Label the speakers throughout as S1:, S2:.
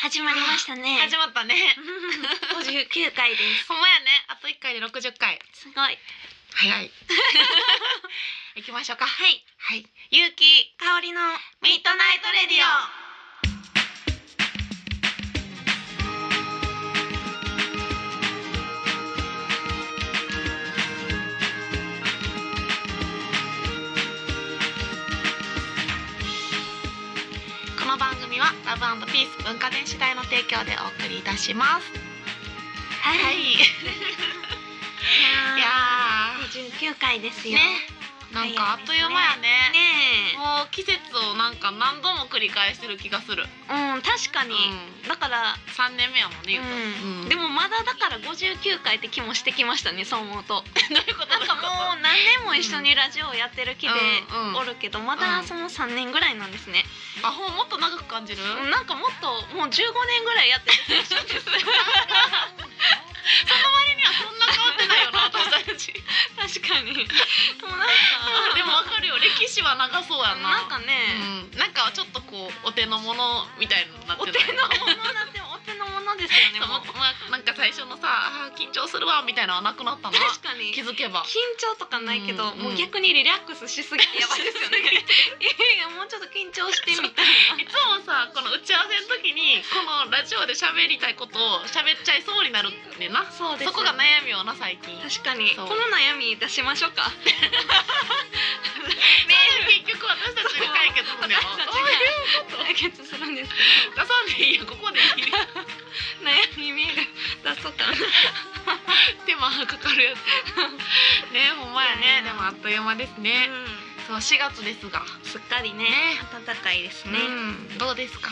S1: 始まりましたね。
S2: 始まったね。
S1: 五十九回です。
S2: ほんまやね。あと一回で六十回。
S1: すごい。
S2: 早い。 行きましょうか。
S1: はい。
S2: はい。ゆうき
S1: 香りの
S2: ミッドナイトレディオ。この番組はラブピース文化電子代の提供でお送りいたします。
S1: は。
S2: はいい。い
S1: い
S2: や
S1: やー。五
S2: ー。
S1: 十九回ですよ。
S2: ね。なんかあっという間やね。
S1: ね
S2: もう季節をなんか何度も繰り返してる気がする。
S1: え。うん、確かに。だから。
S2: 三年目やもんね。ゆう
S1: う
S2: た
S1: ん
S2: うん
S1: でもまだだから59回って気もしてきましたねそう思うと
S2: どういうこと
S1: なんかもう何年も一緒にラジオをやってる気で
S2: うんうん
S1: おるけどまだその3年ぐらいなんですね、
S2: あほんもっと長く感じる。
S1: うんなんかもっともう15年ぐらいやってる気がします
S2: 周りにはそんな変わってないよな私 たち。
S1: 確かにでもなんか
S2: でもわかるよ歴史は長そうやな。
S1: なんかね、
S2: うんなんかちょっとこうお手の物みたいになっ
S1: お
S2: て
S1: 手
S2: たよ
S1: の
S2: ね
S1: 物だってお手の物ですよね。
S2: そう
S1: も
S2: ま
S1: う
S2: まなんか最初のさあー緊張するわみたいなのはな くなったな
S1: 確かに
S2: 気
S1: 緊
S2: づけば
S1: 張とかないけど、
S2: うん
S1: もう逆にリラックスしすぎてやばいです よね。いやいやもうちょっと緊張してみたい
S2: いつもさこの打ち合わせの時にこのラジオで喋りたいことを喋っちゃいそうになるねんな
S1: な。そう
S2: そこが悩みよな最近
S1: 確かに
S2: そ
S1: こ
S2: う
S1: の悩み出しましょうか。
S2: メール結局私たちが解決するのよ
S1: 私たちが
S2: そういう
S1: 解決するんですけ
S2: 出さんでいいよここでいい
S1: ど悩みメール出そうかな。
S2: 手間かかるやつ ねほんまやね
S1: いやいや
S2: でもあっという間ですねそう4月ですが
S1: すっかりね
S2: ね
S1: 暖かいですね。
S2: うんどうですか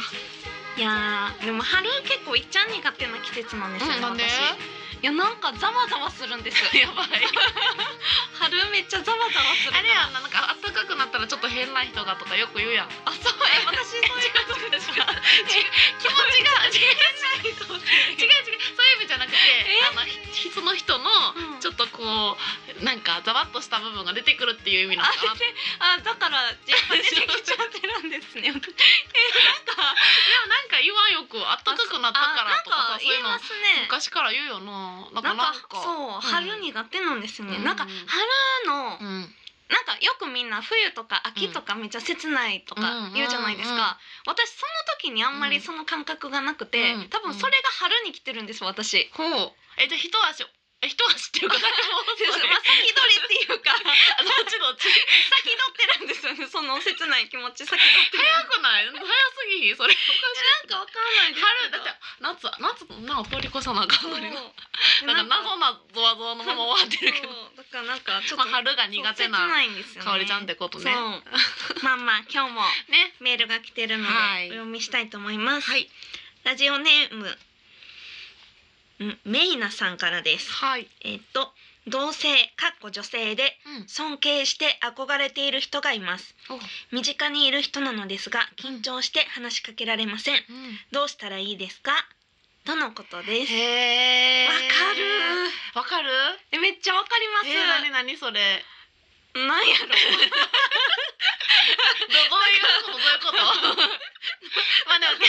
S1: いやーでも春結構いっちゃん苦手な季節なんですよね。私いやなんかざわざわするんです。
S2: やばい
S1: 春めっちゃざわざわする
S2: あれやんななんか暖かくなったらちょっと変な人がとかよく言うやん
S1: あそうえ私そういうことです か
S2: 気持ちが違う
S1: 違う
S2: 違う違うそういう意味じゃなくてあのひその人の
S1: うん
S2: ちょっとこうなんかざわっとした部分が出てくるっていう意味なのかな
S1: ああだからやっぱ出てきちゃってるんです ねえなんか
S2: でもなんか言わんよくあったかくなったからとかさ
S1: あなんか
S2: そう
S1: 言
S2: い
S1: いう
S2: の
S1: ますね
S2: 昔から言うよななん
S1: な
S2: か
S1: ん
S2: な
S1: か
S2: んか
S1: そう春苦手なんですよね、
S2: うん
S1: なんか春の、
S2: うん
S1: なんかよくみんな冬とか秋とかめっちゃ切ないとか言うじゃないですか、
S2: うんうんうんうん
S1: 私その時にあんまりその感覚がなくて、
S2: うん
S1: 多分それが春に来てるんです私、
S2: ほうえじゃあ一足え一足っていうか
S1: まあ先取りっていうか
S2: あどっちどっち
S1: 先取ってるんですよねその切ない気持ち先取って
S2: 早
S1: る
S2: くない早すぎひんそれおかし
S1: なんかわかんない
S2: い
S1: です
S2: 春
S1: け
S2: だ
S1: ど
S2: って夏は夏なんか通り越さなあかんのにな
S1: そう
S2: なんか謎なゾワゾワのまま終わってるけど
S1: そうだからなんかちょっ
S2: ま
S1: と、
S2: あ春が苦手
S1: そう切
S2: ない
S1: んですよね
S2: 香りちゃんってことね
S1: そうまあまあ今日も
S2: ね
S1: メールが来てるので、
S2: はい
S1: お読みしたいと思います、
S2: はい
S1: ラジオネームんメイナさんからです
S2: はい
S1: えっと同性かっこ女性で
S2: うん
S1: 尊敬して憧れている人がいます身近にいる人なのですが緊張して話しかけられませんどうしたらいいですかとのことです
S2: へえ
S1: わかる
S2: わかる
S1: えめっちゃわかります、
S2: えー、なになにそれ
S1: なんやろ
S2: どどういうことどういう ことまあでも
S1: なんや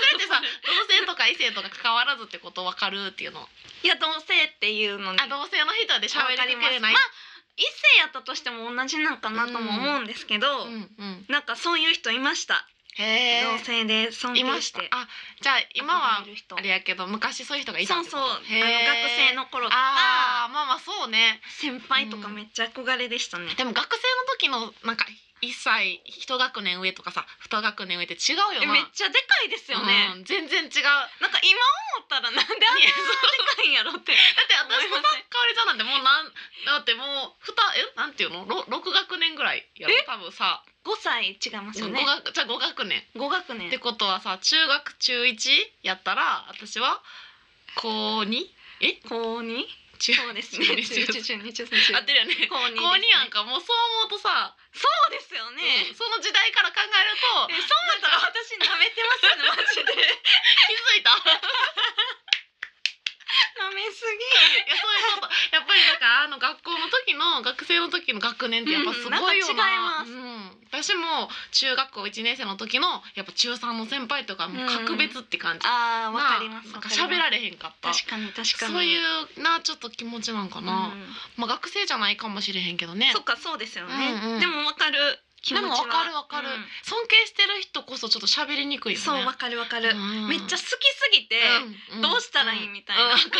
S2: それってさ同性とか異性とか関わらずってことわかるっていうの
S1: いや同性っていうのに
S2: あ同性の人で喋りかけれない
S1: わかりますま異性やったとしても同じなんかなとも思うんですけど、
S2: うんうん
S1: なんかそういう人いました、
S2: へえ
S1: 同性で尊敬
S2: いまし
S1: したて
S2: あじゃあ今は
S1: 憧れる人
S2: あれやけど昔そういう人がいた
S1: そ
S2: っ
S1: う
S2: て
S1: そ
S2: こ
S1: う
S2: と
S1: あの学生
S2: の
S1: の頃と
S2: あ
S1: か
S2: ーまあまあそうね
S1: 先輩とかめっちゃ憧れでしたね、
S2: でも学生の時のなんか一歳一学年上とかさ二学年上って違うよ
S1: え
S2: な
S1: めっちゃでかいですよね、
S2: うん全然違う
S1: なんか今思ったらなんであんなでかいんやろって
S2: だって私と
S1: 思い
S2: さ
S1: ません
S2: かおりちゃんなんてもうなんだってもうふたえなんていうのろ六学年ぐらいやろ多分さ
S1: 5歳違います
S2: 五
S1: よ
S2: 学
S1: ね
S2: じゃあ五学年
S1: 5学年
S2: ってことはさ中学中一やったら私は高二え
S1: 高 2?
S2: 中
S1: そうですね
S2: 中
S1: 中
S2: 二中
S1: 中中二中三中
S2: 合ってるよね
S1: 高2ですね
S2: 高二やんかもうそう思うとさ、
S1: そうですよね、
S2: うんその時代から考え
S1: え
S2: ると
S1: そうなったら私舐めてますよ ねマジで
S2: 気づいた い
S1: 舐めす
S2: やそういうことやっぱりだからあの学校の時の学生の時の学年ってやっぱすごいよな、
S1: う
S2: うん私も中学校1年生の時のやっぱ中3の先輩とかもう格別って感じ、
S1: ああわ
S2: な
S1: かります
S2: な
S1: わ
S2: んか
S1: かります
S2: 喋られへんかった
S1: 確かに確かに
S2: そういうなちょっと気持ちなんかな、
S1: うん
S2: まあ学生じゃないかもしれへんけどね
S1: そっかそうですよね、
S2: うんうん
S1: でもわかる気
S2: で
S1: 持ち
S2: も
S1: は
S2: わかるわかる、
S1: う
S2: 尊敬してる人こそちょっと喋りにく
S1: ん
S2: いよね
S1: そうわかるわかる、
S2: うん
S1: めっちゃ好きすぎて、
S2: うんん
S1: どうしたらいいみたいな
S2: うん わかる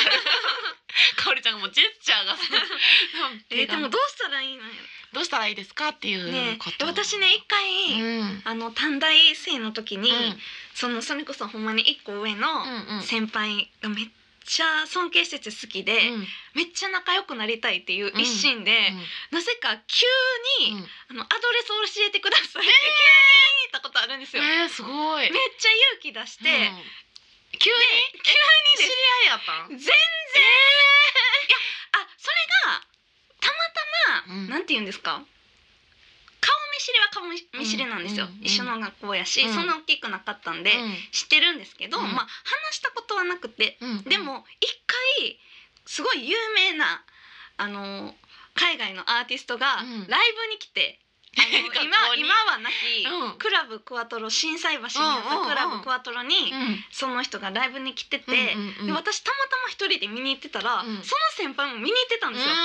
S2: かおりちゃんがもうジェスチャーがさ
S1: えーでもどうしたらいいのよ
S2: どうしたらいいですかっていう
S1: ね
S2: こと、
S1: え私ね一
S2: うん、
S1: 回、
S2: うん
S1: あの短大生の時に、
S2: うん
S1: そのそれこそほんまに一個上の
S2: うんうん
S1: 先輩がめっちゃ尊敬してて好きで、
S2: うん
S1: めっちゃ仲良くなりたいっていう一心で、なぜか急に、
S2: うん
S1: あの「アドレスを教えてください」って急に言ったことあるんですよ。
S2: えー、すご
S1: め
S2: い
S1: っちゃ勇気出して、
S2: うん急に
S1: 急に
S2: 知
S1: です
S2: り合いやったん
S1: 全然、いやあそれがたまたま、
S2: うん
S1: なんて言うんですか顔見知りは顔見知りなんですよ、
S2: うんうんうん
S1: 一緒の学校やし、
S2: うん
S1: そんな大きくなかったんで、知ってるんですけど、
S2: うん
S1: まあ話したことはなくて
S2: うんうん
S1: でも一回すごい有名なあの海外のアーティストがライ
S2: うん
S1: ブに来て、あ
S2: 学校
S1: の
S2: に
S1: 今今はなき、
S2: うん
S1: クラブクワトロ心斎橋にあっ
S2: うんうんうん
S1: たクラブクワトロに、
S2: うん
S1: その人がライブに来てて、
S2: うんうんうん
S1: で私たまたま一人で見に行ってたら、
S2: うん
S1: その先輩も見に行ってたんですよ。でそ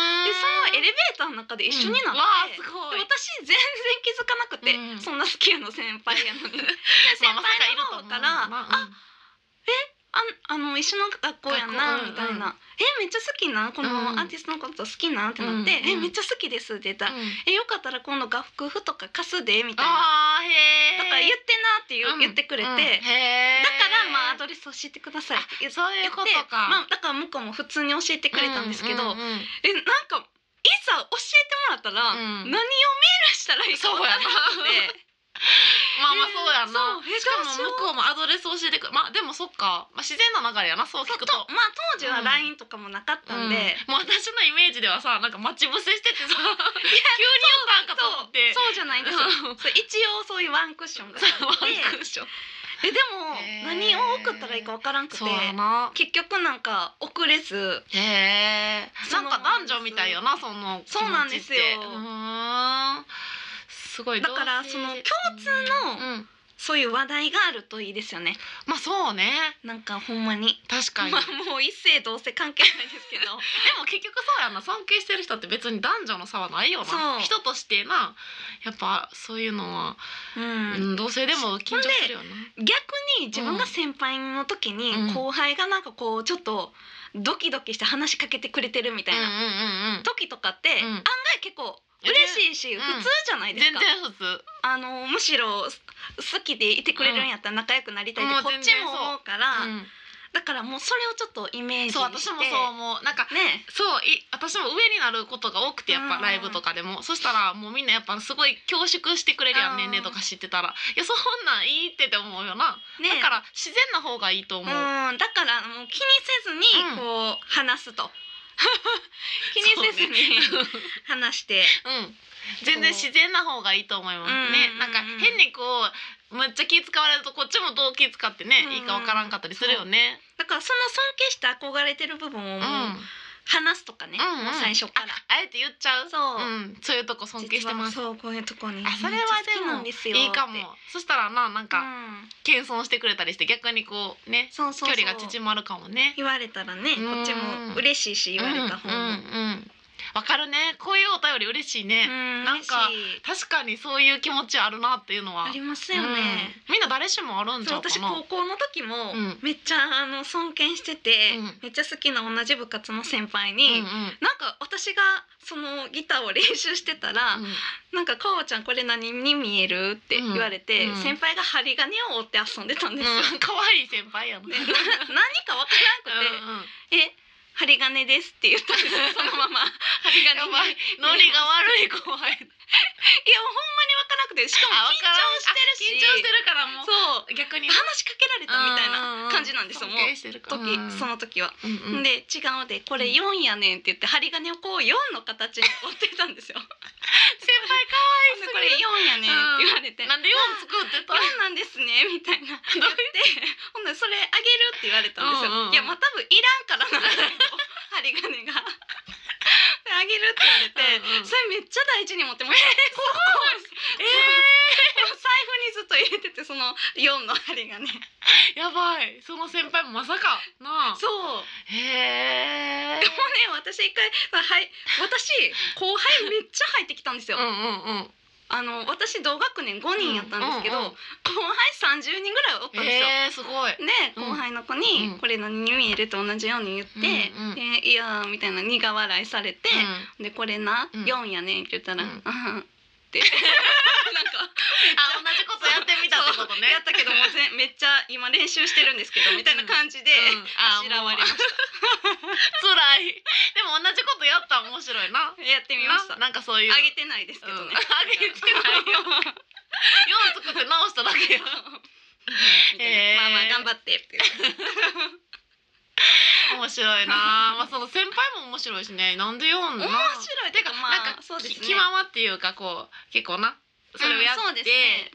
S1: のエレベーターの中で一緒になって、
S2: うんわあすごい
S1: で私全然気づかなくて、
S2: うん
S1: そんな好きやの先輩やのにで先
S2: ま
S1: 輩
S2: あまさかいると
S1: の
S2: 思
S1: 方
S2: う
S1: から「
S2: ま
S1: あああの一緒の学校やな」
S2: 学校うん
S1: みたいな「えめっちゃ好きなこの
S2: うん
S1: アーティストのこと好きな」ってなって「
S2: うんうん
S1: えめっちゃ好きです」って言ったら「
S2: うんうん
S1: えよかったら今度楽譜とか貸すで」みたいな
S2: あー
S1: 「
S2: へ
S1: だ
S2: え
S1: から言ってな」って言,、う言ってくれて、
S2: うんうん
S1: だ
S2: へー
S1: からまあアドレス教えてくださいって言って
S2: そういうこと
S1: やって
S2: か、
S1: まあ、だから向こうも普通に教えてくれたんですけど、
S2: うんうんうん
S1: えなんかいざ教えてもらったら、
S2: うん
S1: 何をメールしたらいいか分からなくて
S2: まあまあそうや
S1: そ
S2: な
S1: うえ
S2: しかも
S1: どうしよう
S2: 向こうもアドレス教えてくまあでもそっか、まあ、自然な流れやなそう聞くと
S1: とまあ当時は
S2: うん
S1: LINE とかもなかったんで、
S2: うんもう私のイメージではさなんか待ち伏せしててさ急に言ったんかと思って
S1: そうそうじゃないんですよ
S2: う
S1: そう一応そういうワンクッションがあ
S2: さワ
S1: っ
S2: ンクッション
S1: てえでも
S2: へー
S1: 何を送ったらいいか分からんくて
S2: そうやな
S1: 結局なんか遅れず
S2: へえ
S1: そ
S2: な
S1: うん
S2: か男女みたいよなその気持ちって
S1: そうなんですよ
S2: うーんすごい
S1: だから
S2: 同性
S1: その共通
S2: うん
S1: の
S2: うん
S1: そういう話題があるといいですよね
S2: まあそうね
S1: なんかほんまに
S2: 確
S1: ま
S2: かに
S1: あもう一性同性関係ないですけど
S2: でも結局そうやんな尊敬してる人って別に男女の差はないよ
S1: そう
S2: な人としてなやっぱそういうのは、
S1: うん
S2: うん、同性でも緊張するよな
S1: 逆に自分が先輩の時に
S2: うん
S1: 後輩がなんかこうちょっとドキドキして話しかけてくれてるみたいな
S2: うんうんうんうん
S1: 時とかって
S2: うん
S1: 案外結構嬉しいし
S2: ん
S1: 普通じゃないで
S2: 全
S1: す
S2: 然
S1: か
S2: 普通
S1: あのむしろす好きでいてくれるんやったら仲良くなりたいっ
S2: うん
S1: てこっちも思うから
S2: うん
S1: だからもうそれをちょっとイメージして
S2: そう私もそう思うなんか
S1: ね
S2: そうい私も上になることが多くてやっ
S1: う
S2: ぱ
S1: ん
S2: ライブとかでもそしたらもうみんなやっぱすごい恐縮してくれるや
S1: うんん
S2: 年齢とか知ってたらいやそんなんいいってって思うよな
S1: ね
S2: だから自然な方がいいと思う、
S1: うんだからもう気にせず
S2: う
S1: に
S2: ん
S1: こう話す と気にせずに
S2: そうね
S1: 話して
S2: うん、全然自然な方がいいと思います
S1: うん
S2: ね。なんか
S1: うん
S2: 変にこうむっちゃ気使われるとこっちもどう気使ってね、
S1: うん
S2: いいかわからんかったりするよね。
S1: だからその尊敬して憧れてる部分をも
S2: うん、
S1: う
S2: あ
S1: 話すとかね、
S2: うんうん
S1: もう最初から。
S2: えて言っちゃう。
S1: そう
S2: う、ん、そういうとこ尊敬してます。
S1: 実はそうこういうとこに。
S2: あ、それはでも
S1: めっちゃ好きなんですよ
S2: いいかも
S1: って。
S2: そしたらな、なん
S1: う
S2: か
S1: ん、
S2: 謙遜してくれたりして逆にこうね、
S1: そうそう
S2: 距
S1: そう
S2: 離が縮まるかもね。
S1: 言われたらね、
S2: う
S1: こ
S2: ん
S1: っちも嬉しいし言われた方も。
S2: うんうんうんわかるね。こういうお便り嬉しいね。
S1: うん
S2: なんか
S1: 嬉しい
S2: 確かにそういう気持ちあるなっていうのは。
S1: ありますよね。
S2: うんみんな誰しもあるんち
S1: そう
S2: ゃうかな。
S1: 私高校の時も
S2: うん
S1: めっちゃあの尊敬してて、
S2: うん
S1: めっちゃ好きな同じ部活の先輩
S2: うん
S1: に、
S2: うん
S1: なんか私がそのギターを練習してたら、
S2: うん
S1: なんか「かおちゃんこれ何に見える?」って言われて、
S2: うんうん
S1: 先輩が針金を折って遊んでたんですよ。
S2: うん、可愛い先輩やんね。
S1: でな何かわからなくて
S2: うんうん
S1: 「え針金です」って言ったんですよそのまま針金
S2: や
S1: にいやほんま
S2: ばい、ノリが悪い後輩。
S1: にわからなくてしかも
S2: あわ
S1: 緊
S2: からん
S1: 張してるし
S2: あ緊張してるからもう
S1: そう
S2: 逆にね
S1: 話しかけられたみたいな感じなんですよ
S2: う
S1: もう
S2: 尊敬してるから
S1: 時その時は。
S2: うんうん
S1: で違うでこれ4やねんって言って針金をこう4の形に折ってたん ですよ。
S2: 先輩
S1: ほんでこれ4やねんって言われて。
S2: なんで四作ってた
S1: そう。なんですねみたい な言ってほんでそれあげるって言われたんですよ、
S2: うんうんうん
S1: いやまあ多分いらんからな針金が であげるって言われて、
S2: うんうん
S1: それめっちゃ大事に持ってました、
S2: え
S1: ずっと入れててその4の針がね
S2: やばいその先輩もまさかなあ
S1: そうもう
S2: へえ
S1: ね私一回、まあはい、私後輩めっちゃ入ってきたんですよ、
S2: うんうんうん
S1: あの私同学年5人やったんですけど、
S2: うんうんうん
S1: 後輩30人ぐらいおったんですよ、
S2: へえすごい
S1: で後輩の子に「
S2: うん
S1: これ何に見える?」と同じように言って
S2: うんうん
S1: でいやー」みたいな苦笑いされて
S2: う
S1: 「
S2: ん
S1: でこれな
S2: うん
S1: 4やねん」って言ったら「
S2: う
S1: うんん」って。 なんか
S2: あ同じことやってみたってこと
S1: そ
S2: ね
S1: うやったけどもうぜめっちゃ今練習してるんですけど みたいな感じで、
S2: うんあ
S1: あしらわれまし
S2: つらいでも同じことやったら面白いな
S1: たやってみました
S2: ななんかそういう
S1: あげてないですけどね、
S2: うんあげてないよ4作って直しただけ や
S1: みたいなまあまあ頑張ってって
S2: 面白いなまあその先輩も面白いしねなんで4な
S1: 面白いてかまあ
S2: なんか
S1: そうですね
S2: き気ままっていうかこう結構なそれをやっ
S1: うんそ
S2: て、
S1: うです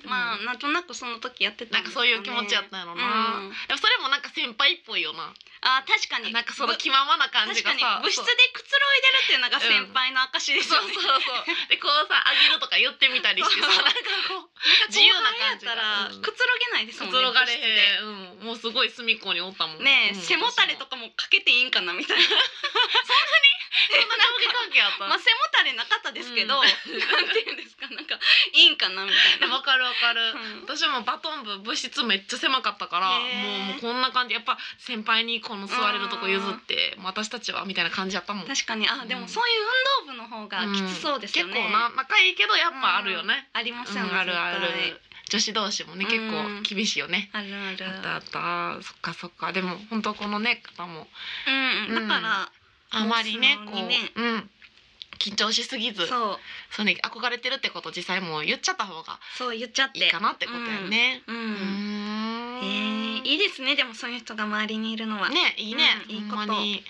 S1: ね
S2: うん
S1: まあなんとなくその時やってた
S2: なんかそういう気持ちやったんやろな、
S1: うん
S2: でもそれもなんか先輩っぽいよな
S1: あー確かに
S2: なんかその気ままな感じ
S1: 確
S2: が
S1: かに部
S2: さ
S1: 室で
S2: そう
S1: くつろいでるっていうのが先輩の証です
S2: そう
S1: よ
S2: そう
S1: ね、
S2: そうでこうさあげるとか言ってみたりしてさ
S1: そう
S2: なんかこう
S1: 自
S2: 自
S1: 由
S2: 由
S1: な
S2: な
S1: 感じ
S2: 感じ
S1: や
S2: が
S1: ったらくつろげないです
S2: く
S1: もんね
S2: つろがれ
S1: 部室で
S2: へん、うん、もうすごい隅っこにおったもん
S1: ねえ、
S2: うん
S1: 背もたれとかもかけていいんかなみたいな
S2: そんな上下関係あった
S1: まあ背もたれなかったですけど、
S2: うん
S1: なんていうんですかなんかいいんかなみたいな
S2: わかるわかる、
S1: うん
S2: 私もバトン部部室めっちゃ狭かったから
S1: へー
S2: もうもうこんな感じやっぱ先輩にこの座れるとこ譲ってもう私たちはみたいな感じやったもん
S1: 確かにあで
S2: う
S1: も
S2: ん
S1: そういう運動部の方がきつそうですよね、
S2: 結構な仲いいけどやっぱあるよね、
S1: ありますよね、
S2: うんあるある
S1: 絶
S2: 女子同士もね
S1: うん
S2: 結構厳しいよね、
S1: 対あるある
S2: あったあったそっかそっかでも本当このね方も
S1: うん、うん、だから、
S2: あまりね
S1: もう
S2: こ
S1: 素直
S2: う
S1: にね
S2: うん緊張しすぎず
S1: そう
S2: そうね憧れてるってことを実際もう言っちゃった方が
S1: そう言っちゃって
S2: いいかなってことやね、
S1: うん、
S2: うーん
S1: えーいいですねでもそういう人が周りにいるのは、
S2: ねいいね、
S1: うんいいこと
S2: ほんまに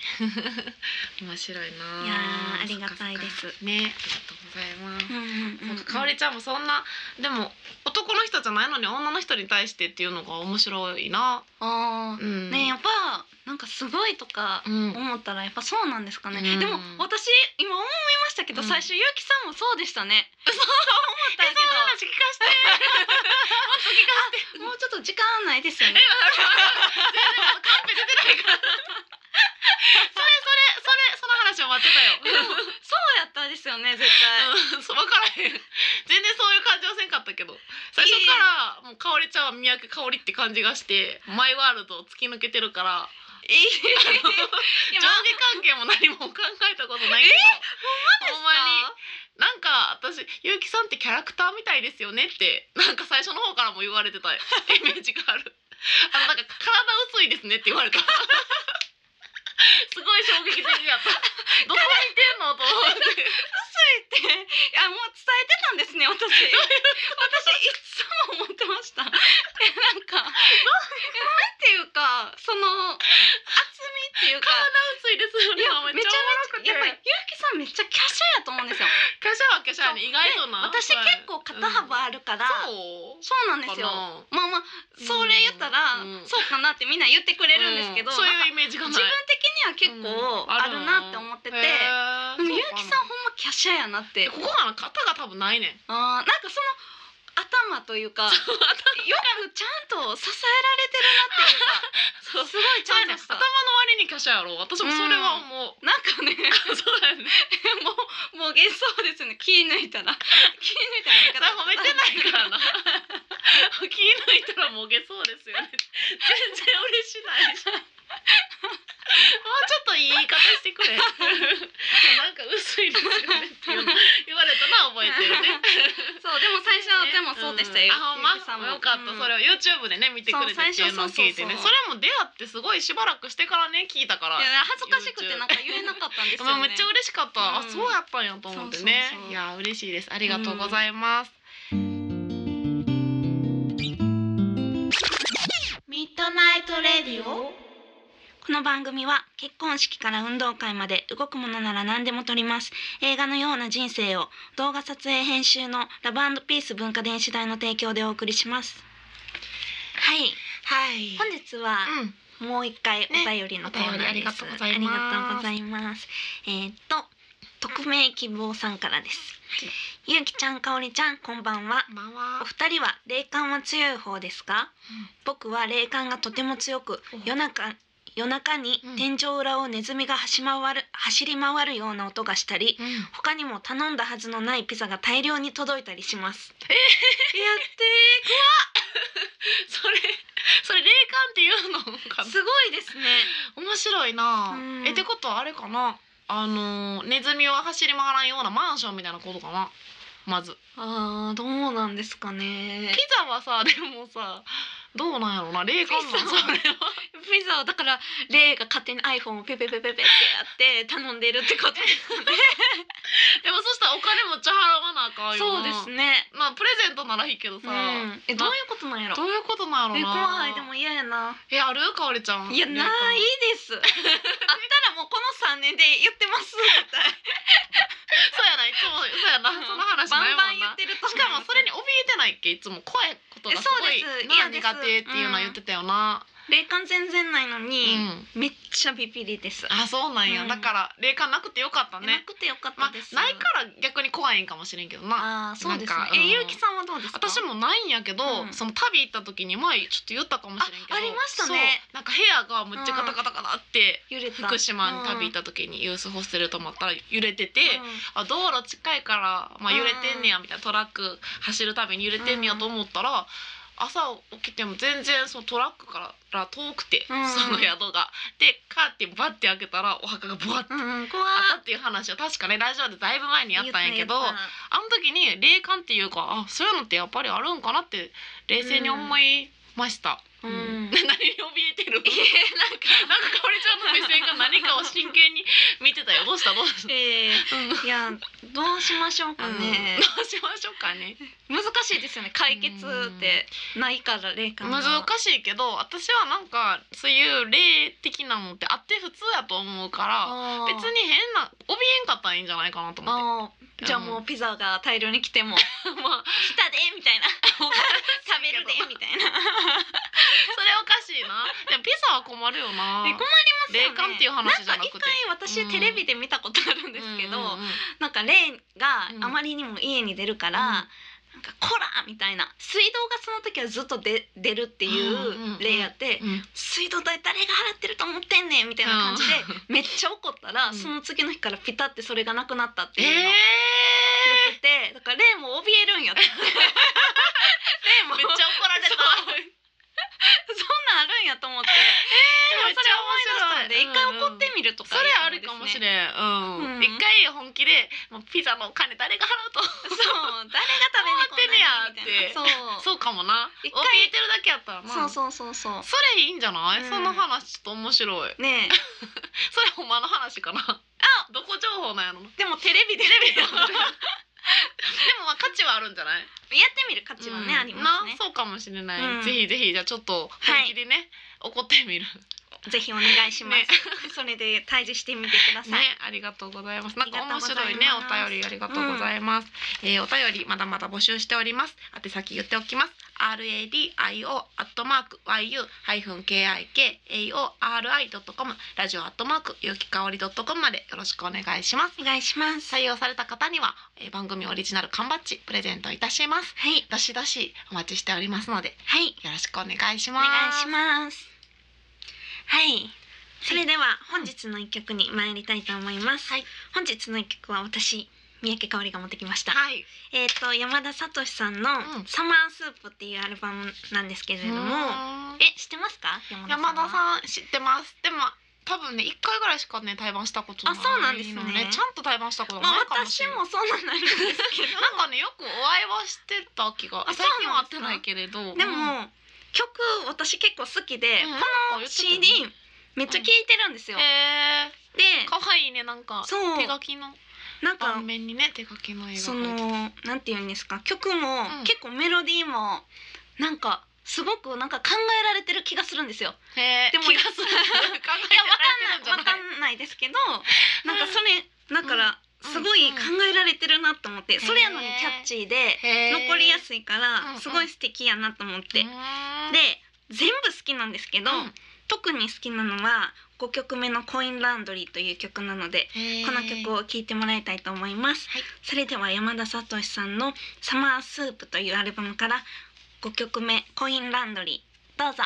S2: 面白いない
S1: いやーありがたいで
S2: ね
S1: す
S2: ありがとうございます
S1: う、んうんうん
S2: なんかかおりちゃんもそんなでも男の人じゃないのに女の人に対してっていうのが面白いな、
S1: あー
S2: うん、
S1: ねやっぱなんかすごいとか
S2: うん、
S1: 思ったらやっぱそうなんですかね、
S2: うん
S1: でも私今思いましたけど、
S2: うん
S1: 最初ゆうきさんもそうでした ね、そう思ったけど
S2: 話聞かせて
S1: もうちょっと時間ないですよね。
S2: カンペ出てないからそれそれそれその話を待ってたよ
S1: そうやったですよね、絶 対。
S2: うん、そう分からへん全然 そういう感じはせんかったけど最初からもうかおりちゃんは三宅かおりって感じがしてマイワールドを突き抜けてるから
S1: え
S2: 上下関係も何も考えたことないけどほんまになんか私ゆうきさんってキャラクターみたいですよねってなんか最初の方からも言われて たイメージがあるあのなんか体薄いですねって言われ たすごい衝撃的だったどこに似てんのと思って
S1: ついて、いやもう伝えてたんですね、私。私いつも思ってま した。えなんか、えなんていうか、その厚みっていうか。
S2: 体薄いですよ
S1: い
S2: ね
S1: や
S2: め
S1: め
S2: っ
S1: ち
S2: ち
S1: ゃ
S2: ゃおもろく
S1: めち
S2: て
S1: ゃやっぱりゆうきさんめっちゃ華奢やと思うんですよ。
S2: 華奢は華奢やね意外とな
S1: で私結構肩幅あるから、
S2: そう
S1: そうなんですよ。
S2: か
S1: まあまあそれ言ったら、
S2: うん
S1: そうかなってみんな言ってくれ
S2: な
S1: るんですけど、
S2: うんそう
S1: なんか
S2: いうイメージがない
S1: 自分的には結構あるなって思ってて、でもゆうきさんほんま華奢やなって
S2: でここがな肩が多分ないねん
S1: あーなんかその頭というかよくちゃんと支えられてるなっていうかすごいち
S2: そう
S1: ゃ
S2: や
S1: ん
S2: ねん
S1: とし
S2: 頭
S1: た
S2: の割に華奢やろ私もそれはもう、
S1: なんかね
S2: そうやね
S1: もうもう幻想ですよね気抜いたら気抜いたら
S2: それ褒めてないからな気抜いたらもげそうですよね全然嬉しないしもうちょっといい言い方してくれなんか薄いですよねっていうの言われたな覚えてるね
S1: そうでも最初はでもそうでしたよ、
S2: んあ、ほんま、
S1: ゆうきさんも
S2: よかった、
S1: うん
S2: それを YouTube でね見てくれてっていうのを聞いてね
S1: そう最初そうそうそう
S2: それも出会ってすごいしばらくしてからね聞いたから
S1: いや恥ずかしくてなんか言えなかったんですよ
S2: まあ、
S1: ね
S2: めっちゃ嬉しかった、
S1: うん
S2: あそうやったんやと思ってね
S1: そうそうそう
S2: いや嬉しいですありがとうございます、
S3: ミッドナイトレディオこの番組は結婚式から運動会まで動くものなら何でも撮ります映画のような人生を動画撮影編集のラブピース文化電子台の提供でお送りしますはい
S2: はい
S3: 本日は
S2: うん
S3: もう一回お便りのコーナーです、
S2: ねお便りありがとうございます
S3: ありがとうございますえーっと
S1: 匿名希望さんからですゆうきちゃんかおりちゃんこんばんは
S2: こんばんは
S1: お。二人は霊感は強い方ですか僕は霊感がとても強く
S2: お
S1: 夜中夜中に
S2: うん
S1: 天井裏をネズミが走り回る走り回るような音がしたり
S2: うん
S1: 他にも頼んだはずのないピザが大量に届いたりします
S4: や
S2: それそれ霊感っていうのか
S4: って
S2: な
S4: ー すごいですね
S2: 面白いな
S1: うん
S2: えってことはあれかなあのーネズミは走り回らんようなマンションみたいなことかなまず
S1: あーどうなんですかね
S2: ピザはさでもさどうなんやろな霊感な
S1: ピ
S2: の
S1: ザは
S2: それは
S1: ピザをだから霊が勝手に iPhone をペペペペペってやって頼んでるってことですかね
S2: でもそしたらお金もちゃ払わなあか んよ
S1: そ
S2: な
S1: うですね
S2: まあプレゼントならいいけどさ、
S1: うん、えどういうことなんやろ
S2: どういうことなんやろ
S1: え
S2: な
S1: 怖いでも嫌やな
S2: えあるかおりちゃん
S1: いやない
S2: 霊
S1: ですあったらもうこの3年で言って ます絶対
S2: 感そうやないつもそうやなその話
S1: バ
S2: ない
S1: ンバ
S2: も
S1: ン言っ
S2: んな
S1: てると
S2: しかもそれに怯えてないっけいつも怖いことがすごい
S1: えそうです嫌
S2: な
S1: です
S2: 苦手っていうのは言ってたよな、
S1: 霊感全然ないの
S2: う
S1: に、めっちゃビビリです、
S2: あそうなんや、
S1: うん
S2: だから霊感なくてよかった
S1: な
S2: ね
S1: くてよかっ
S2: ま
S1: た
S2: あ
S1: です、
S2: ないから逆に怖いんかもしれんけどな
S1: ああーそうですね
S2: なんかうん
S1: えゆうきさんはどうですか
S2: 私もないんやけど、
S1: うん
S2: その旅行った時に前ちょっと言ったかもしれんけど
S1: あありましたね
S2: そうなんか部屋がめっちゃガタガタガタって、
S1: 揺れた
S2: 福島に旅行っ
S1: った
S2: 時にユースホステル泊まったら揺れてて、
S1: て
S2: あ道路近いから、まあ、揺れてんねやみたいなトラック走るたびに揺れてんねやと思ったら、朝起きても全然そのトラックから遠くて、
S1: うん
S2: その宿が。でカーテンバッて開けたらお墓がブワッて
S1: うん、うんうん、怖
S2: あったっていう話を確かねラジオでだいぶ前にやったんやけど
S1: 言
S2: あ
S1: っ
S2: の時に霊感っていうかあそういうのってやっぱりあるんかなって冷静に思いまし
S1: た言
S2: た。
S1: ったうん、
S2: 何に怯えてるの
S1: えなんか
S2: なんかかおりちゃんの目線が何かを真剣に見てたよどうしたどうした、
S1: え
S2: うん
S1: ー、いやどうしましょうかね、
S2: どうしましょうかね
S1: 難しいですよね解決ってないから霊感が
S2: 難しいけど私はなんかそういう霊的なのってあって普通やと思うから
S1: あー
S2: 別に変な怯えんかったらいいんじゃないかなと思って
S1: あーじゃあもうピザが大量に来ても
S2: まあ
S1: 「来たで」みたいな「食べるで」みたい な
S2: それおかしいなでもピザは困るよな
S1: え困りますよね
S2: 霊感っていう話じゃなくて
S1: んか一回
S2: うん
S1: 私テレビで見たことあるんですけど、
S2: うんうんうん
S1: なんか霊があまりにも家に出るから、
S2: うん
S1: なんかコラみたいな水道がその時はずっと出出るっていう例やって、
S2: うん
S1: 水道代誰が払ってると思ってんねんみたいな感じで、 めっちゃ怒ったら、
S2: うん
S1: その次の日からピタってそれがなくなったって
S2: え
S1: いうのを言
S2: え
S1: ってて、だから霊も怯える んやって霊も
S2: めっちゃ怒られた
S1: そうそんなんあるんやと思って、
S2: めっちゃ
S1: でもそれ思い出した
S2: 面白い
S1: んで、一回怒ってみるとか
S2: それあるかもし
S1: い
S2: れん、うん
S1: うん
S2: 一回本気でもうピザのお金誰が払うと
S1: いですねそう誰が食べに来んのみたいなそう
S2: そうかもな怯
S1: 一
S2: え
S1: 回
S2: てるだけやったらな
S1: そうそうそうそう
S2: それいいんじゃない、
S1: うん
S2: その話ちょっと面白い
S1: ねえ
S2: それほんまの話かなあどこ情報なんやろな
S1: でもテレビでテレビで やっ
S2: でもまあ価値はあるんじゃない
S1: てみる価値はね、
S2: うん
S1: ありますね
S2: なそうかもしれない、
S1: うん
S2: ぜひぜひじゃあちょっと本気でね、怒ってみる
S1: ぜひお願いします、
S2: ね
S1: それで対峙してみてください、
S2: ねありがとうございますなんか
S1: ありが
S2: 面
S1: とうご
S2: 白
S1: ざい
S2: い
S1: ます
S2: ねお便りありがとうございます、えーお便りまだまだ募集しております宛先言っておきます radio アットマーク yu ハイフン kikaori ドットコムラジオアットマークゆきかおりドットコムまでよろしくお願いします
S1: お願いします
S2: 採用された方には、えー番組オリジナル缶バッジプレゼントいたします
S1: はい
S2: どしどしお待ちしておりますので
S1: はい
S2: よろしくお願いし
S1: お
S2: ます
S1: 願いしますはいそれでは本日の一曲に参りたいと思います、
S2: はい
S1: 本日の一曲は私三宅香織が持ってきました、
S2: はい
S1: えっ、と山田さとしさんの
S2: うん
S1: 「サマースープ」っていうアルバムなんですけれども、
S2: うん
S1: え知ってますか山田さんは
S2: 山田さん知ってますでも多分ね一回ぐらいしかね対バンしたことないの
S1: あそうなんですね
S2: ちゃんと対バンしたこと
S1: ま
S2: な
S1: あ
S2: いかも
S1: 私
S2: しれない、
S1: もそうなんですけど
S2: なんかねよくお会いはしてた気が
S1: あ
S2: 最近は会って
S1: そう
S2: な
S1: なん
S2: いけれどで
S1: でも、曲私結構好きで、この CD めっちゃ聴いてるんですよ。
S2: え
S1: で
S2: ー、かわいいねなんか
S1: そう
S2: 手書きの
S1: なんか
S2: 盤面にね手書きの絵が
S1: そのなんて言うんですか曲も、
S2: ん
S1: 結構メロディーもなんかすごくなんか考えられてる気がするん ですよ。
S2: えー、
S1: でも
S2: 気がする考えて
S1: いや
S2: られてるんじゃ
S1: わ
S2: ない
S1: かんないわかんないですけどなんかそれだから
S2: うん
S1: すごい考えられてるなと思って、それやのにキャッチーで残りやすいか
S2: うんうん
S1: らすごい素敵やなと思って、
S2: で
S1: で全部好きなんですけど、
S2: うん
S1: 特に好きなのは5曲目の「コインランドリー」という曲なのでこの曲
S2: を
S1: を聴いてもらいたいと思います、
S2: はい
S1: それでは山田聡さんの「サマースープ」というアルバムから5曲目「コインランドリー」どうぞ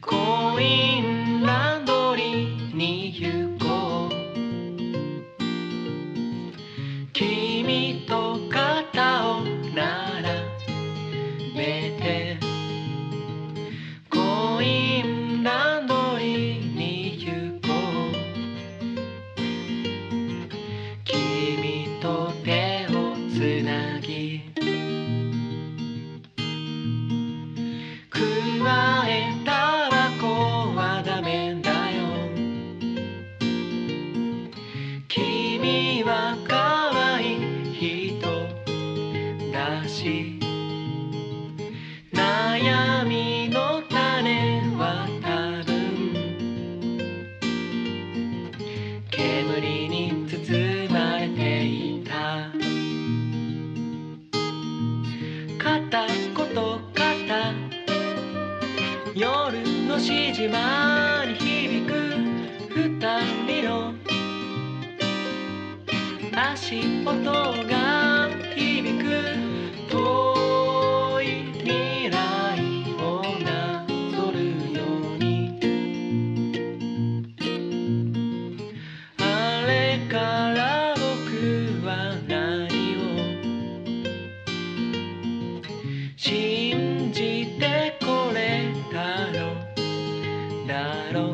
S5: コインランドリーに行こう君と肩を並べてコインランドリーに行こう君と手をつなぎ加えたらこはダメだよ君は可愛い人だし悩みの種は多分煙に包まれていた片言片言夜の指示間に響く二人の足音が響く遠い未来をなぞるようにあれから僕は何を信じてこれたのだろう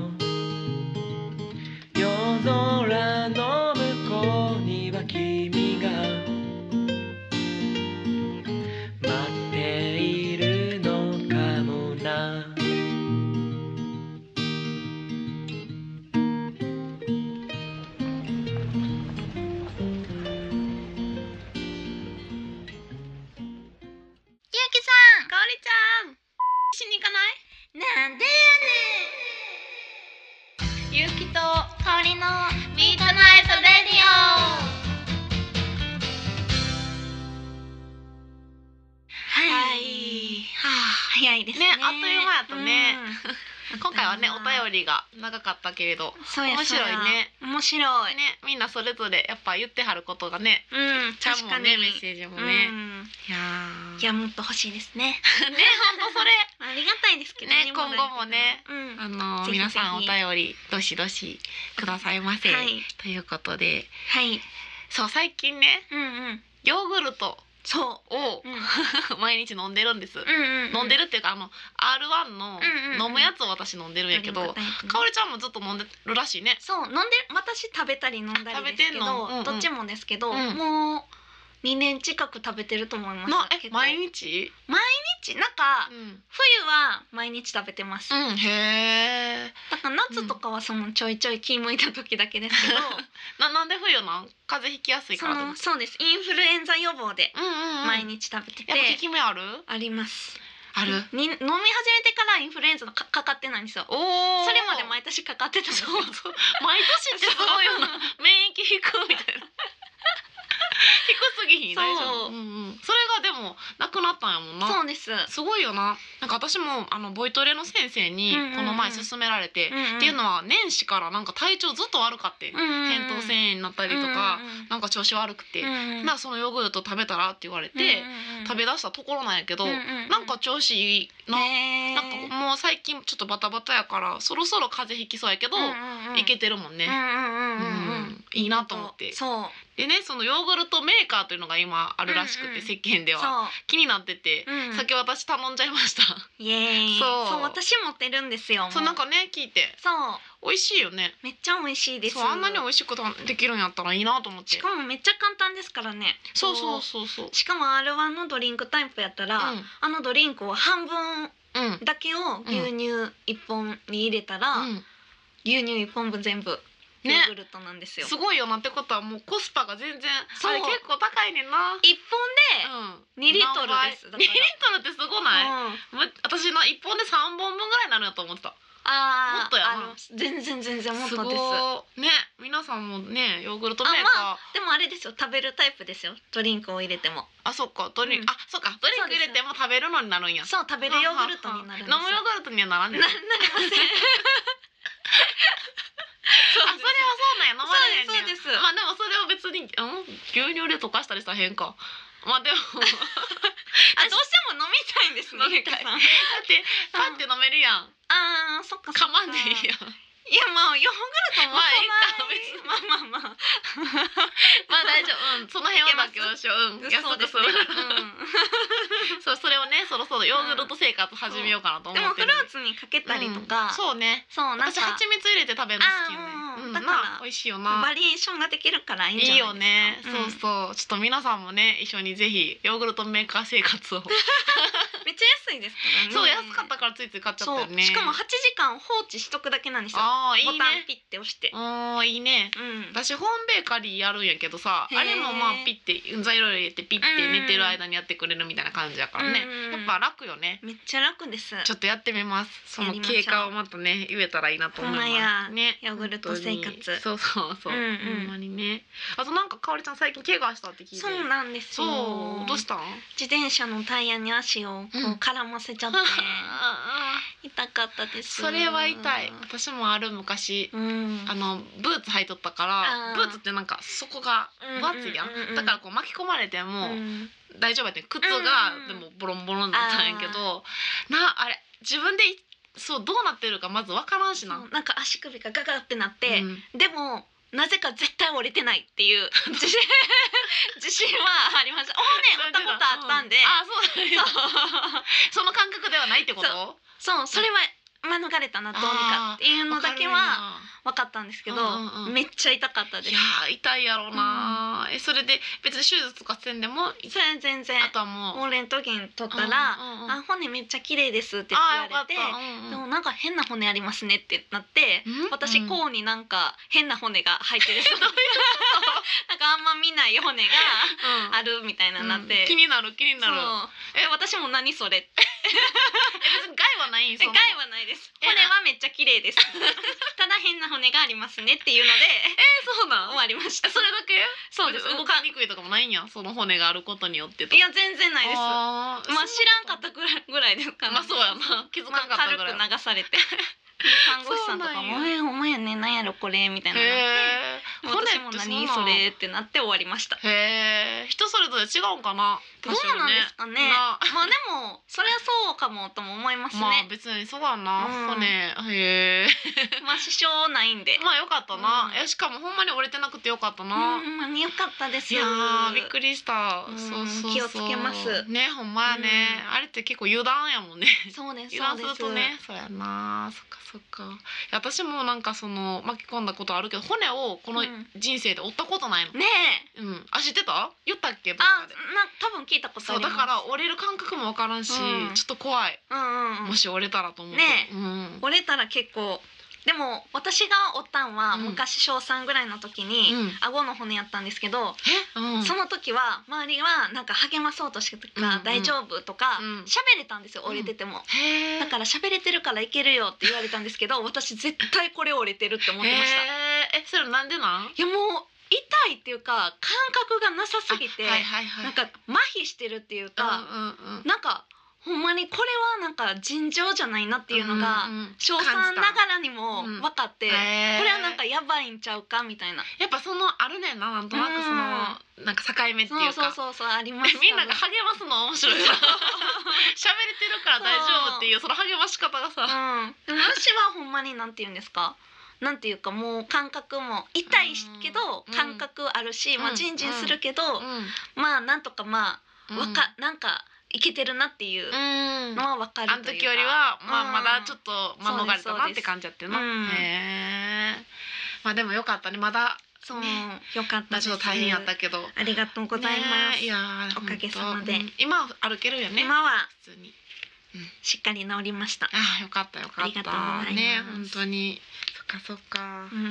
S5: 夜空の向こうには君が待っているのかもな
S1: ゆうきさんかおりちゃんしに行かないなんでやねんゆうきとかおりのミートナイトレディオは
S2: はい
S1: い、はあ、早いですね
S2: ねあっという間やっ
S1: う
S2: たね
S1: ん
S2: 今回はね
S1: だ
S2: お
S1: な
S2: 便りが長かったけれど
S1: そうや
S2: 面白いね
S1: そうや面白い、
S2: ねみんなそれぞれやっぱ言ってはることがね
S1: うん
S2: ちゃん
S1: 確
S2: も
S1: かに
S2: ねメッセージもね、
S1: う
S2: い
S1: ん
S2: や
S1: いやもっと欲しいです ね
S2: ね本当それ
S1: ありがたいですけど
S2: ね
S1: まだ
S2: 今後もね
S1: うんは
S2: あの
S1: ぜひぜひ
S2: 皆さんお便りどしどしくださいませ、
S1: い
S2: ということで
S1: はい
S2: そう最近ね
S1: うんうん
S2: ヨーグルト
S1: そ
S2: を
S1: う、うん、
S2: 毎日飲んでるんです、
S1: うんうん
S2: 飲んでるっていうかあの R1 の
S1: うんうんうん
S2: 飲むやつを私飲んでるんやけ
S1: ド
S2: ど、
S1: リンクタイプね
S2: かおりちゃんもずっと飲んでるらしいね
S1: そう飲んで私食べたり飲んだ
S2: あ食べ
S1: りで
S2: て
S1: すけ
S2: んの
S1: ど、
S2: うんうん
S1: どっちもですけど、
S2: うん
S1: もう2年近く食べてると思います
S2: のえ
S1: 結構
S2: 毎日
S1: 日なんか
S2: うん、
S1: 冬は毎日食べてます、
S2: うん、へえ
S1: だから夏とかはそのちょいちょい気向いた時だけですけど、
S2: ななんで 冬なん風邪ひきやすい
S1: そ
S2: からと思っ
S1: の
S2: て
S1: そうですインフルエンザ予防で
S2: うんうん、うん、
S1: 毎日食べてて、
S2: やっぱ効き目ある
S1: あります
S2: ある
S1: に飲み始めてからインフルエンザのかかかってないんですよ
S2: おお
S1: それまで毎年かかってたんです
S2: そ
S1: よ
S2: うそう毎年ってすご いよな免疫低くみたいな低すぎひん
S1: そう
S2: 大丈夫うんうん、それがでもなくなったんやもんな
S1: そうです、
S2: すごいよな。なんか私もあのボイトレの先生に
S1: うんうんうん
S2: この前勧められて、
S1: んん
S2: っていうのは年始からなんか体調ずっと悪かって、
S1: うんうんうん
S2: 扁桃腺炎になったりとか、なんか調子悪くて、
S1: うんうんうん
S2: なんかそのヨーグルト食べたらって言われて、
S1: うんうん
S2: 食べ出したところなんやけど、
S1: うんうんうん
S2: なんか調子いいな。
S1: ねえ
S2: なんかもう最近ちょっとバタバタやからそろそろ風邪ひきそうやけど、
S1: うんうんうん
S2: いけてるもん
S1: うん
S2: ね、
S1: うん
S2: う
S1: うんうんうん
S2: んいいなと思って
S1: そう
S2: でねそのヨーグルトメーカーというのが今あるらしくて、
S1: うんうん
S2: 石鹸で
S1: そう
S2: は気になってて、
S1: うん
S2: 先私頼んじゃいました
S1: イエーイ
S2: そう
S1: そう私持ってるんですよも
S2: そうなんかね聞いて
S1: そう
S2: 美味しいよね
S1: めっちゃ美味しいです
S2: そうあんなに美味しくできるんやったらいいなと思って
S1: しかもめっちゃ簡単ですからね
S2: そうそうそうそう
S1: しかも R1 のドリンクタイプやったら、
S2: うん
S1: あのドリンクを半分
S2: うん
S1: だけを牛乳一本に入れたら、
S2: うん
S1: 牛乳一本分全部ヨーグルトなんですよ、
S2: すごいよなってことはもうコスパが全然
S1: そう
S2: あれ結構高いねんな、う
S1: 一本で
S2: ん、
S1: 2リットルですだ
S2: 2
S1: から
S2: リットルってすごな
S1: うん
S2: い、む私な1本で3本分ぐらいになるやと思ってた
S1: あー
S2: もっとや
S1: あ
S2: な
S1: の全然全然もっとです
S2: ごいね皆さんもねヨーグルトメー
S1: あ
S2: カーあ,、
S1: でもあれですよ食べるタイプですよドリンクを入れても
S2: そっかドリ
S1: う
S2: ンク、
S1: ん
S2: あそっかドリンク入れても食べるのになるんや
S1: そう食べるヨーグルトになるんですよ
S2: 飲むヨーグルトにはならんねん
S1: な
S2: あ
S1: なりません
S2: それはそうなんや飲まれへんねん
S1: そうですそうです
S2: まあでもそれを別に、うん、牛乳で溶かしたりしたら変かまあ でも
S1: あどうしても飲みたいんですね
S2: 飲みたい
S1: ゆきさん
S2: だってパって飲めるやん
S1: あーそっかそっか
S2: 噛まんでいいやん
S1: いやまあヨーグルトも
S2: まあいいか
S1: そんなにまあまあまあ
S2: まあ大丈夫、うん、その辺は妥協しよう、うん、安
S1: そう
S2: く
S1: です
S2: す
S1: ね、
S2: る
S1: う
S2: そうそれをねそろそろヨーグルト生活始めようかなと
S1: ん、
S2: 思
S1: でも
S2: っ
S1: フ
S2: てる、
S1: ルーツにかけたりとか、
S2: うんそうね
S1: そうなん
S2: 私
S1: か
S2: 蜂蜜入れて食べるの好きよね
S1: あーうん
S2: うん
S1: だ
S2: だ
S1: から
S2: から美味しいよな
S1: バリエーションができるからいいんじゃない
S2: い
S1: ですか
S2: よね、
S1: ん
S2: そうそうちょっと皆さんもね一緒にぜひヨーグルトメーカー生活を、
S1: めっちゃ安いですからね
S2: そう安かったからついつい買っちゃったよね
S1: そうしかも8時間放置しとくだけなんですよ
S2: ああいいね
S1: ボタンピッて押して
S2: あーいいね
S1: うん
S2: 私ホームベーカリーやるんやけどさ
S1: へー
S2: あれもまあピッて材料入れてピッて寝てる間にやってくれるみたいな感じやからね
S1: うん
S2: やっぱ楽よね
S1: めっちゃ楽です
S2: ちょっとやってみますそ
S1: や
S2: の
S1: りましょう
S2: 経過をまたね言えたらいいなと思いま
S1: ほんまや
S2: すね
S1: ヨーグルト生活
S2: 本当にそうそうそう、
S1: うんうん
S2: ほんまにねあとなんかかおりちゃん最近怪我したって聞いて
S1: そうなんですよ
S2: そうどうしたん
S1: 自転車のタイヤに足をこう
S2: うん
S1: 絡ませち ゃって、痛かったです
S2: それは痛い私もある昔
S1: うん
S2: あのブーツ履いとったから
S1: あー
S2: ブーツってなんかそこが分厚いやん,、
S1: うんうんうんうん
S2: だからこう巻き込まれても
S1: うん
S2: 大丈夫やってん靴
S1: うんうん
S2: がでもボロンボロンだったんやけど、なあれ自分でいそうどうなってるかまず分からんしな
S1: そう。なんか足首がガガってなって
S2: う、ん
S1: でもなぜか絶対折れてないっていう自信 自信はありましたおね折ったことあったんで、
S2: うあそうなんやその感覚ではないってこと
S1: そうそれは免れたなどうにかっていうのだけは分かったんですけど、
S2: うんうんうん
S1: めっちゃ痛かった
S2: 分かる
S1: で
S2: よ
S1: す
S2: いやー痛いやろうな、えそれで別に手術とかせんでもい
S1: それは全然
S2: あとはもう
S1: もうレントゲン取ったら「
S2: うんうんうん
S1: あ骨めっちゃ綺麗です」って言
S2: あーよか
S1: わ
S2: っ
S1: れて
S2: たうん
S1: で
S2: うん
S1: もなんか変な骨ありますねってなって、
S2: うん
S1: 私こうになんか変な骨が入ってる なんかあんま見ない骨が
S2: うん
S1: あるみたいななっ
S2: うん
S1: て、
S2: 気になる気になる
S1: そう
S2: え
S1: え私も何それって
S2: え別に害はないん
S1: え
S2: そ
S1: 害
S2: んな
S1: はないです
S2: え
S1: 骨はめっちゃ綺麗 ですただ変な骨がありますねっていうので
S2: えそうなん
S1: 終わりました
S2: えそれだけ
S1: そうです
S2: 動
S1: 動
S2: き
S1: かい
S2: にくいとかもないんやその骨があることによってと
S1: や全然ないですまあ
S2: あー
S1: 知らんかったぐらいぐらいですかね
S2: まあそうやな気づかなかったぐらい、
S1: まあ、軽く流されてで看護師さんとか
S2: そうな
S1: も「
S2: んや
S1: えお前やねんなんやろこれ」みたいななって
S2: へえ
S1: 「私も何それ」ってなって終わりました
S2: へえ人それぞれ違うんかな
S1: どうなんですかね
S2: な
S1: まあでもそりゃそうかもとも思いますね、
S2: まあ別にそうだな、
S1: うん
S2: 骨へえ
S1: まあ支障ないんで、
S2: まあよかったな
S1: う、ん
S2: えしかもほんまに折れてなくてよかったな、
S1: うんほんまに良かったです
S2: いやーびっくりした、
S1: うん
S2: そうそうそう
S1: 気をつけます
S2: ねほんまやね、
S1: う
S2: あれって結構油断やもんね
S1: そうです
S2: 油
S1: そうです
S2: 断
S1: す
S2: るとねそうやなそっかそっかいや私もなんかその巻き込んだことあるけど骨をこの
S1: うん
S2: 人生で折ったことないの、
S1: ねえ
S2: うんあ知ってた言ったっけどっ
S1: あ
S2: か
S1: な
S2: で
S1: 多分聞いたことあ
S2: そう
S1: りま
S2: だ
S1: す
S2: から折れる感覚もわからんし、
S1: うん
S2: ちょっと怖い
S1: うんうんうん
S2: もし折れたらと思うと
S1: ね
S2: うん
S1: 折れたら結構でも私が折ったんは
S2: うん
S1: 昔小3ぐらいの時に、
S2: うん
S1: 顎の骨やったんですけど、
S2: え、うん、
S1: その時は周りはなんか励まそうとしてと
S2: うん
S1: か
S2: うん
S1: 大丈夫とか
S2: うん
S1: 喋、れたんですよ折れてても、
S2: へえ
S1: だから喋れてるからいけるよって言われたんですけど私絶対これ折れてるって思ってました、
S2: へーえそれなんでなん
S1: いやもう痛いっていうか感覚がなさすぎて、
S2: あはいはいはい
S1: なんか麻痺してるっていうか、
S2: うんうんうん
S1: なんかほんまにこれはなんか尋常じゃないなっていうのが、
S2: んんん
S1: 賞賛ながらにも
S2: うん
S1: 分かって、
S2: 感じたへー
S1: これはなんかやばいんちゃうかみたいな。
S2: やっぱそのあるねんななんとなくそのなんか境目っていう
S1: そうそ
S2: か
S1: うそうそうあります。
S2: みんな が励ますの面白いな喋れてるから大丈夫っていうその励まし方が
S1: 多分
S2: さ、
S1: うん。でも私はほんまになんて言うんですか。なんていうかもう感覚も痛いしけど
S2: うん
S1: 感覚あるし、ま
S2: う
S1: あ
S2: ん
S1: ジンジンするけど、
S2: う
S1: まあなんとかまあ
S2: ん
S1: わか、なんかいけてるなっていううんのはわかる
S2: あの
S1: というか。
S2: 時よりはまあ
S1: うん
S2: まだちょっとまあ逃れたなって感じやってな、
S1: うん
S2: へえまあでもよかったねまだ
S1: そう、
S2: ね
S1: よかった
S2: ま
S1: で
S2: あ
S1: す。
S2: ちょっと大変やったけど
S1: ありがとうございます。
S2: ねえいやー
S1: おかげさまで
S2: ほんとうん今は歩けるよね
S1: 今は
S2: 普通にうん
S1: しっかり治りました。
S2: あーよかったよか
S1: あ
S2: っ
S1: りがとうございま
S2: た
S1: す
S2: ね本当にそっかそっか
S1: うん、
S2: い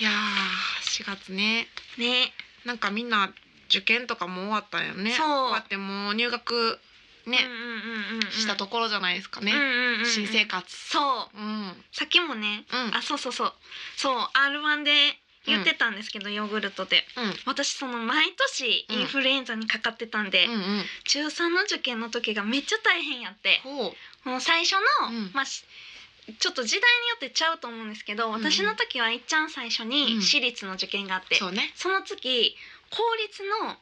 S2: やー4月ね
S1: ね、
S2: なんかみんな受験とかも終わったよね
S1: そう
S2: 終わってもう入学ね、
S1: うんうんうんうんうん、
S2: したところじゃないですかね、
S1: うんうんうんうん、
S2: 新生活
S1: そう
S2: うんうん
S1: さっきもね、あそうそうそうそう R1 で言ってたんですけど、ヨーグルトで
S2: うん
S1: 私その毎年
S2: うん
S1: インフルエンザにかかってたんで、
S2: うんうん
S1: 中3の受験の時がめっちゃ大変やって
S2: ほ
S1: もう最初の、
S2: うん
S1: まあしちょっと時代によってちゃうと思うんですけど
S2: んうん
S1: 私の時はいっちゃん最初
S2: うん
S1: に私立の受験があっ
S2: う
S1: て、
S2: そうね
S1: その次公立の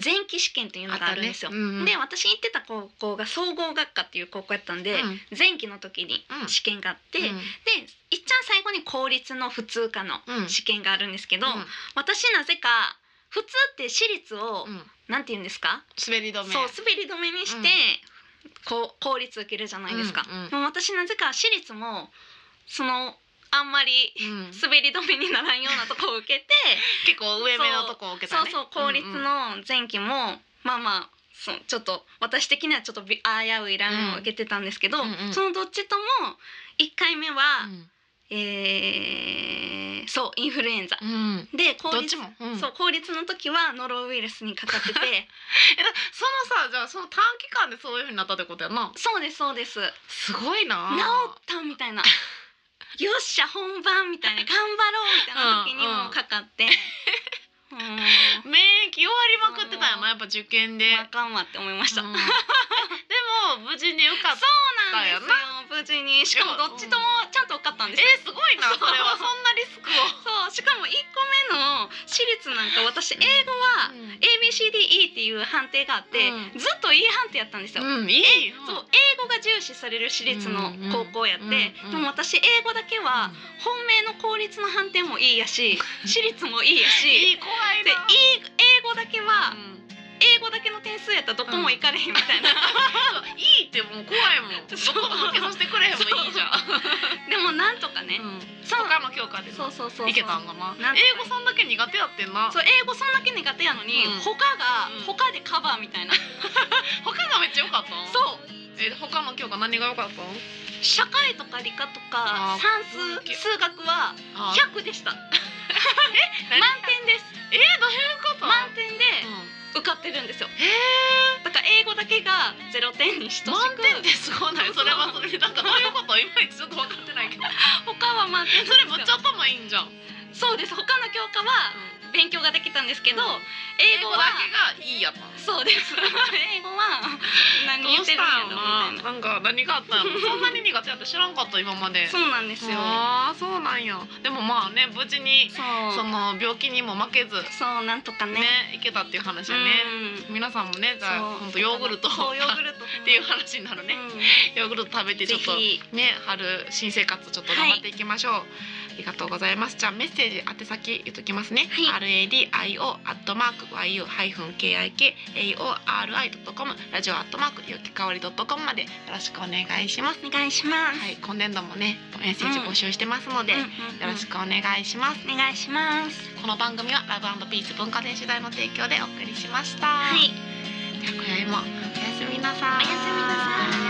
S1: 前期試験というのがあるんですよ。
S2: あったねうんうん
S1: で私行ってた高校が総合学科っていう高校やったんで、
S2: うん
S1: 前期の時に
S2: うん
S1: 試験があって、
S2: うん
S1: でいっちゃん最後に公立の普通科の
S2: うん
S1: 試験があるんですけど、
S2: うん
S1: 私なぜか普通って私立を、
S2: うん
S1: なんて言うんですか
S2: 滑り止
S1: そう
S2: め
S1: 滑り止めにして、こう公立受けるじゃないですか、
S2: うんうん
S1: もう私なぜか私立もそのあんまり
S2: うん結
S1: 滑り止めにならんようなとこを受けて、
S2: 構上目のとこを受けた
S1: そう
S2: ね
S1: そう公立
S2: うんうん
S1: の前期も、まあまあそうちょっと私的にはちょっとび危ういラインを受けてたんですけど、
S2: うんうんうん
S1: そのどっちとも1回目は、
S2: うん
S1: えーそうインフルエンザ、
S2: うん
S1: で公
S2: どっ
S1: 立
S2: ちもうん
S1: そう公立の時はノロウイルスにかかってて
S2: えだそのさじゃあその短期間でそういう風になったってことやな
S1: そうですそうです治っ
S2: すごいな
S1: たみた いなよっしゃ本番みたいな頑張ろうみたいな時に
S2: うんうん
S1: もうかか ってうーん
S2: 免疫弱りまくってたよなやっぱ受験で、
S1: まああかんわって思いました、
S2: う
S1: そ
S2: ん
S1: う
S2: でも無事に受かった
S1: なんですよ無事にしかもどっちともちゃんと受かったんですよ
S2: えーすごいなそれはそんなリスクを
S1: そうしかも1個目の私立なんか私英語は ABCDE っていう判定があって、
S2: う
S1: ずっといい判定やったんですよ、
S2: うんいい
S1: そう英語が重視される私立の高校やって、
S2: うんうん
S1: でも私英語だけは本命の公立の判定もいいや し私立もいいや
S2: い
S1: し
S2: い怖い
S1: でいい
S2: な
S1: 英語だけは
S2: うん
S1: 英語だけの点数やったらどこも行かれへんみた いな、
S2: いいってもう怖いもんどこも受けさせてくれへんもいいじゃん、
S1: でもなんとかね、
S2: うん、
S1: そう
S2: 他の教科で
S1: そうそうそうそう
S2: いけたんかな
S1: なんとか
S2: 英語そんだけ苦手やってんな
S1: そう英語そんだけ苦手やのに、
S2: うん
S1: 他が、
S2: うん
S1: 他でカバーみたいな、
S2: 他がめっちゃ良かった
S1: そう
S2: うえ他の教科何が良かったの
S1: 社会とか理科と
S2: あ
S1: か
S2: ー
S1: 算数数学は
S2: あえ
S1: 100でした
S2: 何
S1: 満点です
S2: どういうこと
S1: 満点で
S2: う
S1: 受かってるんですよ
S2: んへ
S1: だから英語だけが0点に等し
S2: ー
S1: く
S2: 満点ですごないそれはそれでなんかどういうこといまいちちょっと分かってない けど
S1: 他は満点
S2: それむっちゃ頭いいんじゃん、
S1: そうです他の教科は勉強ができたんですけど、
S2: うん
S1: 英
S2: 英
S1: 語
S2: 語
S1: は
S2: だけがいいやったの
S1: そうです 英語は何
S2: ど
S1: 言
S2: う
S1: っ
S2: して
S1: るん
S2: た
S1: や
S2: ん
S1: ろ
S2: や
S1: みたい
S2: ろな
S1: な
S2: なんか何が あったんやろそんなに苦手やって知らんかった今まで
S1: そうなんですよ
S2: ああそうなんやでもまあね無事に
S1: そう
S2: その病気にも負けず
S1: そうなんとかね
S2: ねいけたっていう話やね
S1: うん
S2: 皆さんもねじゃあ
S1: そう
S2: 本当ヨーグルトを
S1: そうヨーグルト
S2: っていう話になるねヨーグルト食べてち
S1: ぜ
S2: ょっと
S1: ひ
S2: ね春新生活ちょっと頑張っていきましょう、ありがとうございますじゃあメッセージ宛先言っときますね、
S1: は
S2: RADIO アットマーク YU-KIKAORI.com ラジオアットマークよきかおり .com までよろしくお願いします
S1: お願いします、
S2: はい今年度もねメッセージ募集してますので、
S1: うんうん
S2: よ
S1: うん
S2: ろしくお願いします、
S1: お願いします
S2: この番組はラブピース文化電子代の提供でお送りしました、
S1: はい
S2: じゃあ今宵もおやすみなさ
S1: おやすみなさい